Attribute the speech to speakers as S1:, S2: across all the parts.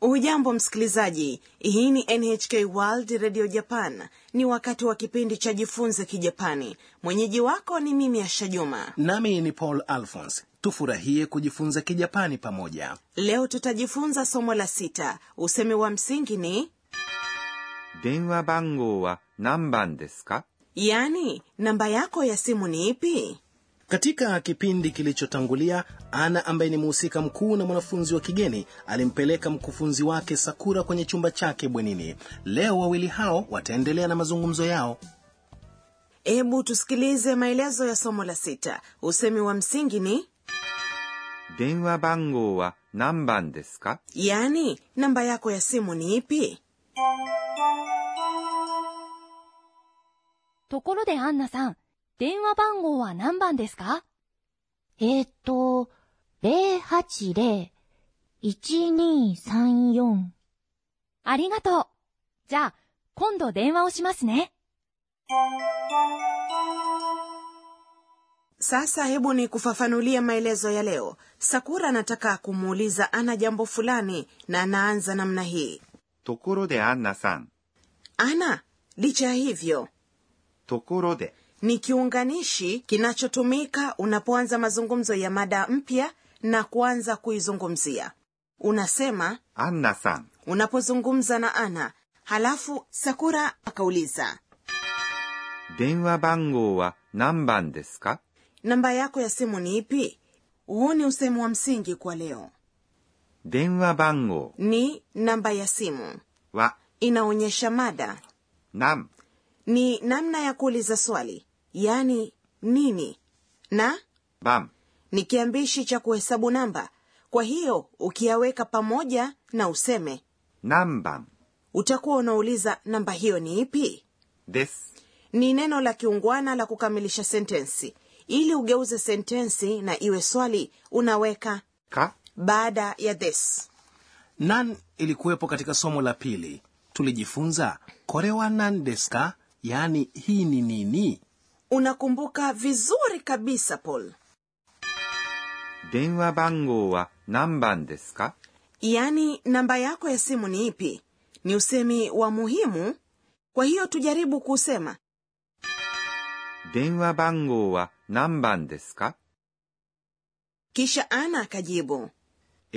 S1: hujambo msikilizaji hii ni nhk world radio japan ni wakati wa kipindi cha jifunze kijapani mwenyeji wako ni mimi asha juma
S2: nami ni paul alphons tufurahie kujifunza kijapani pamoja
S1: leo tutajifunza somo la sita usemi wa msingi ni
S3: 電話番号は何番ですか
S1: yaani namba yako ya simu ni ipi
S2: katika kipindi kilichotangulia ana ambaye ni mhusika mkuu na mwanafunzi wa kigeni alimpeleka mkufunzi wake sakura kwenye chumba chake bwenini leo wawili hao wataendelea na mazungumzo yao
S1: hebu tusikilize maelezo ya somo la sita usemi wa msingi ni
S3: 電話番号は何番ですか
S1: yaani namba yako ya simu ni ipi
S4: ところでアンナさん、電話番号は何番ですかえーっと、080-1234。ありがとう。じゃあ、今度電話をしますね。
S1: sasa hebu ni kufafanulia maelezo ya leo sakura anataka kumuuliza ana jambo fulani na anaanza namna hii
S3: ところでアンナさん、
S1: ana licha ya hivyo
S3: ところで
S1: ni kiunganishi kinachotumika unapoanza mazungumzo ya mada mpya na kuanza kuizungumzia unasema
S3: アンナさん、
S1: unapozungumza na ana halafu sakura akauliza
S3: 電話番号は何番ですか
S1: namba yako ya simu ni ipi huu ni usehemu wa msingi kwa leo
S3: 電話番号
S1: ni namba ya simu
S3: は
S1: inaonyesha mada
S3: 何
S1: ni namna ya kuuliza swali yaani nini na
S3: 番
S1: ni kiambishi cha kuhesabu namba kwa hiyo ukiyaweka pamoja na useme
S3: 何番
S1: utakuwa unauliza namba hiyo ni ipi
S3: です。
S1: ni neno la kiungwana la kukamilisha sentensi ili ugeuze sentensi na iwe swali unaweka
S3: か
S1: baada ya this
S2: nan ilikuwepo katika somo la pili tulijifunza korewa nan deska yaani hii ni nini
S1: unakumbuka vizuri kabisa paul
S3: 電話番号は何番ですか
S1: yaani namba yako ya simu ni ipi ni usemi wa muhimu kwa hiyo tujaribu kusema
S3: 電話番号は何番ですか
S1: kisha ana akajibu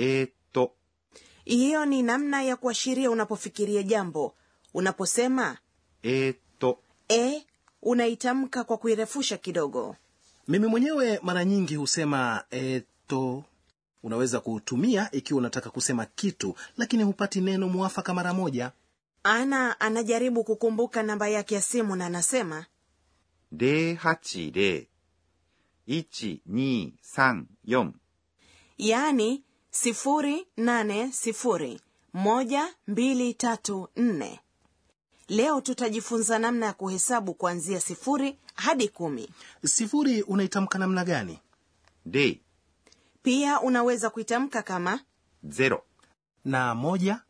S3: えーっと、
S1: hiyo ni namna ya kuashiria unapofikiria jambo unaposema
S3: えーっと、
S1: e unaitamka kwa kuirefusha kidogo
S2: mimi mwenyewe mara nyingi husema eto unaweza kuutumia ikiwa unataka kusema kitu lakini hupati neno mwafaka mara moja
S1: ana anajaribu kukumbuka namba yake ya simu na anasema
S3: 080-1234。
S1: yaani 080123 leo tutajifunza namna ya kuhesabu kuanzia sifuri hadi kumi
S2: sifuri unaitamka namna gani
S3: 0、
S1: pia unaweza kuitamka kama
S3: 0、
S2: na moja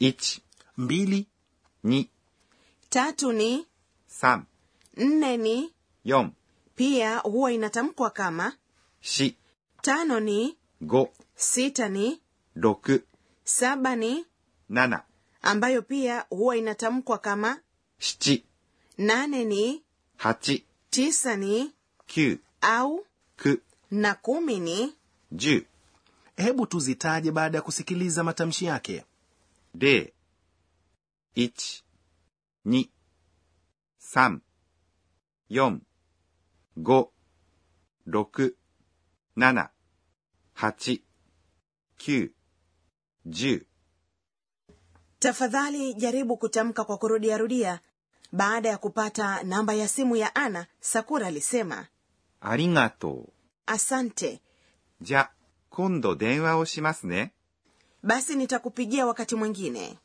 S3: 1、
S2: mbili
S3: 2、
S1: tatu ni
S3: 3、
S1: nne ni
S3: 4、
S1: pia huwa inatamkwa kama
S3: 4、
S1: tano ni
S3: 5、
S1: sita ni
S3: 6、
S1: saba ni
S3: 7、
S1: ambayo pia huwa inatamkwa kama
S3: 7、
S1: nane ni
S3: 8、
S1: tisa ni
S3: 9、
S1: au
S3: 9、
S1: na kumi ni
S3: 10、
S2: hebu tuzitaje baada ya kusikiliza matamshi yake
S3: 0、1、2、3、4、5、6、7、8、9、10、
S1: tafadhali jaribu kutamka kwa kurudiarudia baada ya kupata namba ya simu ya ana sakura alisema
S3: ありがとう。
S1: asante
S3: じゃ、今度電話をしますね。
S1: basi nitakupigia wakati mwingine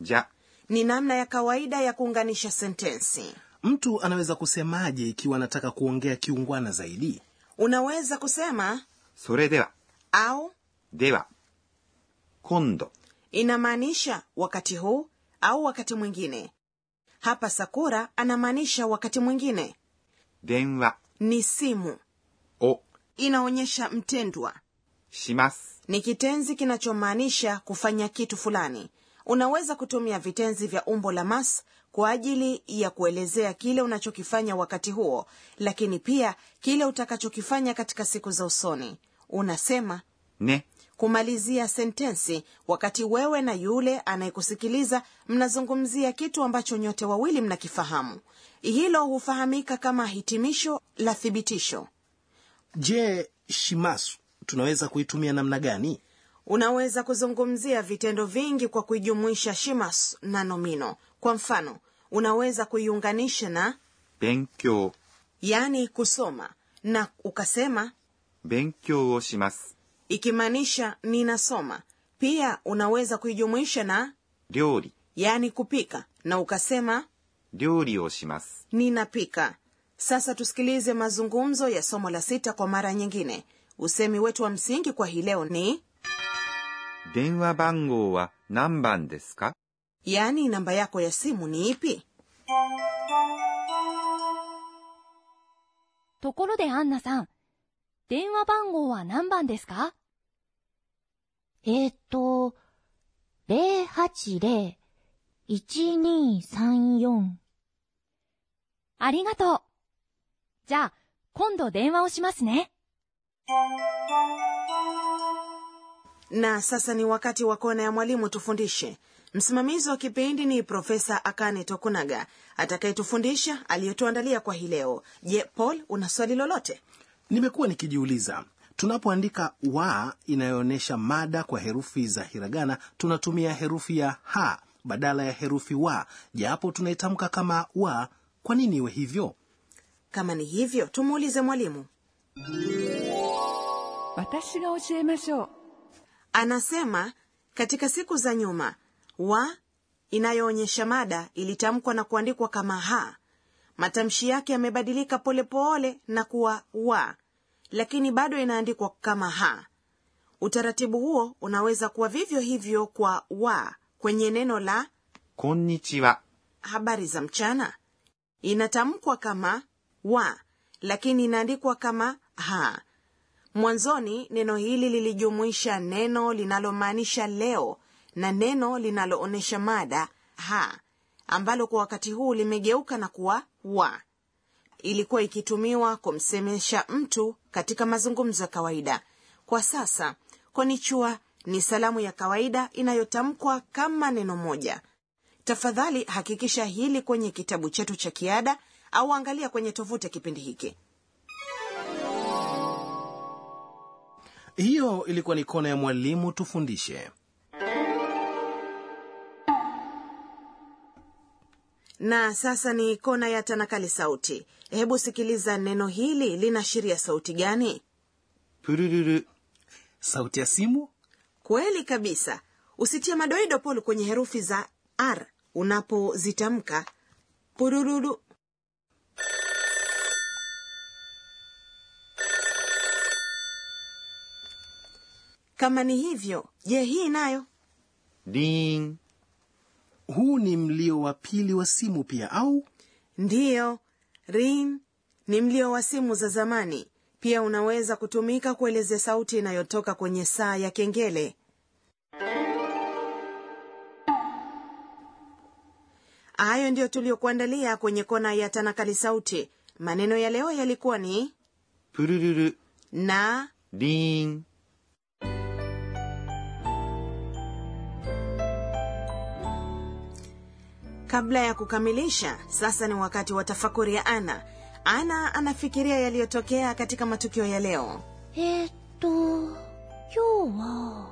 S3: じゃ、
S1: ni namna ya kawaida ya kuunganisha sentensi
S2: mtu anaweza kusemaje ikiwa anataka kuongea kiungwana zaidi
S1: unaweza kusema
S3: それでは、
S1: au
S3: では、今度、
S1: inamaanisha wakati huu au wakati mwingine hapa sakura anamaanisha wakati mwingine
S3: 電話
S1: ni simu
S3: を
S1: inaonyesha mtendwa
S3: します。
S1: ni kitenzi kinachomaanisha kufanya kitu fulani unaweza kutumia vitenzi vya umbo la mas kwa ajili ya kuelezea kile unachokifanya wakati huo lakini pia kile utakachokifanya katika siku za usoni unasema
S3: ね、
S1: kumalizia sentensi wakati wewe na yule anayekusikiliza mnazungumzia kitu ambacho nyote wawili mnakifahamu hilo hufahamika kama hitimisho la thibitisho
S2: Je, shimasu tunaweza kuitumia namna gani?
S1: unaweza kuzungumzia vitendo vingi kwa kuijumuisha shimas na nomino kwa mfano unaweza kuiunganisha na
S3: 勉強、
S1: yani kusoma na ukasema
S3: 勉強をします。
S1: ikimaanisha ninasoma pia unaweza kuijumuisha na
S3: 料理、
S1: yani kupika na ukasema
S3: 料理をします。
S1: ninapika sasa tusikilize mazungumzo ya somo la sita kwa mara nyingine usemi wetu wa msingi kwa hii leo ni
S3: 電話番号は何番ですか
S1: yaani namba yako ya simu ni ipi
S4: ところでアンナさん、電話番号は何番ですかえっと、080-1234。ありがとう。じゃあ、今度電話をしますね。
S1: na sasa ni wakati wa kona ya mwalimu tufundishe msimamizi wa kipindi ni profesa akane tokunaga atakayetufundisha aliyotuandalia kwa hii leo je paul una swali lolote
S2: Nimekuwa nikijiuliza, tunapoandika wa inayoonyesha mada kwa herufi za hiragana, tunatumia herufi ya ha badala ya herufi wa, japo tunaitamka kama wa. Kwa nini iwe hivyo?
S1: kama ni hivyo tumuulize mwalimu
S5: 私が教えましょう
S1: anasema katika siku za nyuma wa inayoonyesha mada ilitamkwa na kuandikwa kama ha matamshi yake yamebadilika polepole na kuwa wa lakini bado inaandikwa kama ha utaratibu huo unaweza kuwa vivyo hivyo kwa wa kwenye neno la
S3: こんにちは、
S1: habari za mchana inatamkwa kama wa lakini inaandikwa kama ha mwanzoni neno hili lilijumuisha neno linalomaanisha leo na neno linaloonyesha mada ha ambalo kwa wakati huu limegeuka na kuwa wa ilikuwa ikitumiwa kumsemesha mtu katika mazungumzo ya kawaida kwa sasa konichua ni salamu ya kawaida inayotamkwa kama neno moja tafadhali hakikisha hili kwenye kitabu chetu cha kiada au angalia kwenye tovuti ya kipindi hiki
S2: Hiyo ilikuwa ni kona ya mwalimu tufundishe.
S1: na sasa ni kona ya tanakali sauti hebu sikiliza neno hili linaashiria sauti gani
S3: プルルル、
S2: Sauti ya simu
S1: kweli kabisa usitie madoido pol kwenye herufi za r unapozitamka purururu kama ni hivyo je hii nayo
S3: リーン、
S2: huu ni mlio wa pili wa simu pia, au
S1: ndiyo rin ni mlio wa simu za zamani pia unaweza kutumika kuelezea sauti inayotoka kwenye saa ya kengele hayo ndiyo tuliyokuandalia kwenye kona ya tanakali sauti maneno ya leo yalikuwa ni
S3: プルルル、
S1: na
S3: リーン。
S1: kabla ya kukamilisha sasa ni wakati wa tafakuri ya ana ana anafikiria yaliyotokea katika matukio ya leo
S4: えっと、今日は、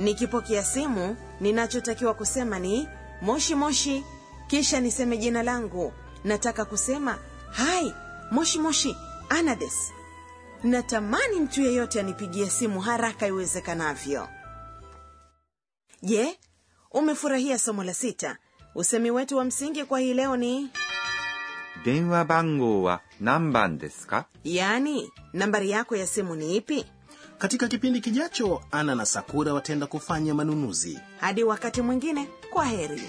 S1: nikipokea simu ninachotakiwa kusema ni moshi moshi kisha niseme jina langu nataka kusema hai moshi moshi anades natamani mtu yeyote anipigie simu haraka iwezekanavyo je umefurahia somo la sita usemi wetu wa msingi kwa hii leo ni
S3: 電話番号は何番ですか
S1: yaani nambari yako ya simu ni ipi
S2: katika kipindi kijacho, Ana na Sakura wataenda kufanya manunuzi.
S1: hadi wakati mwingine kwa heri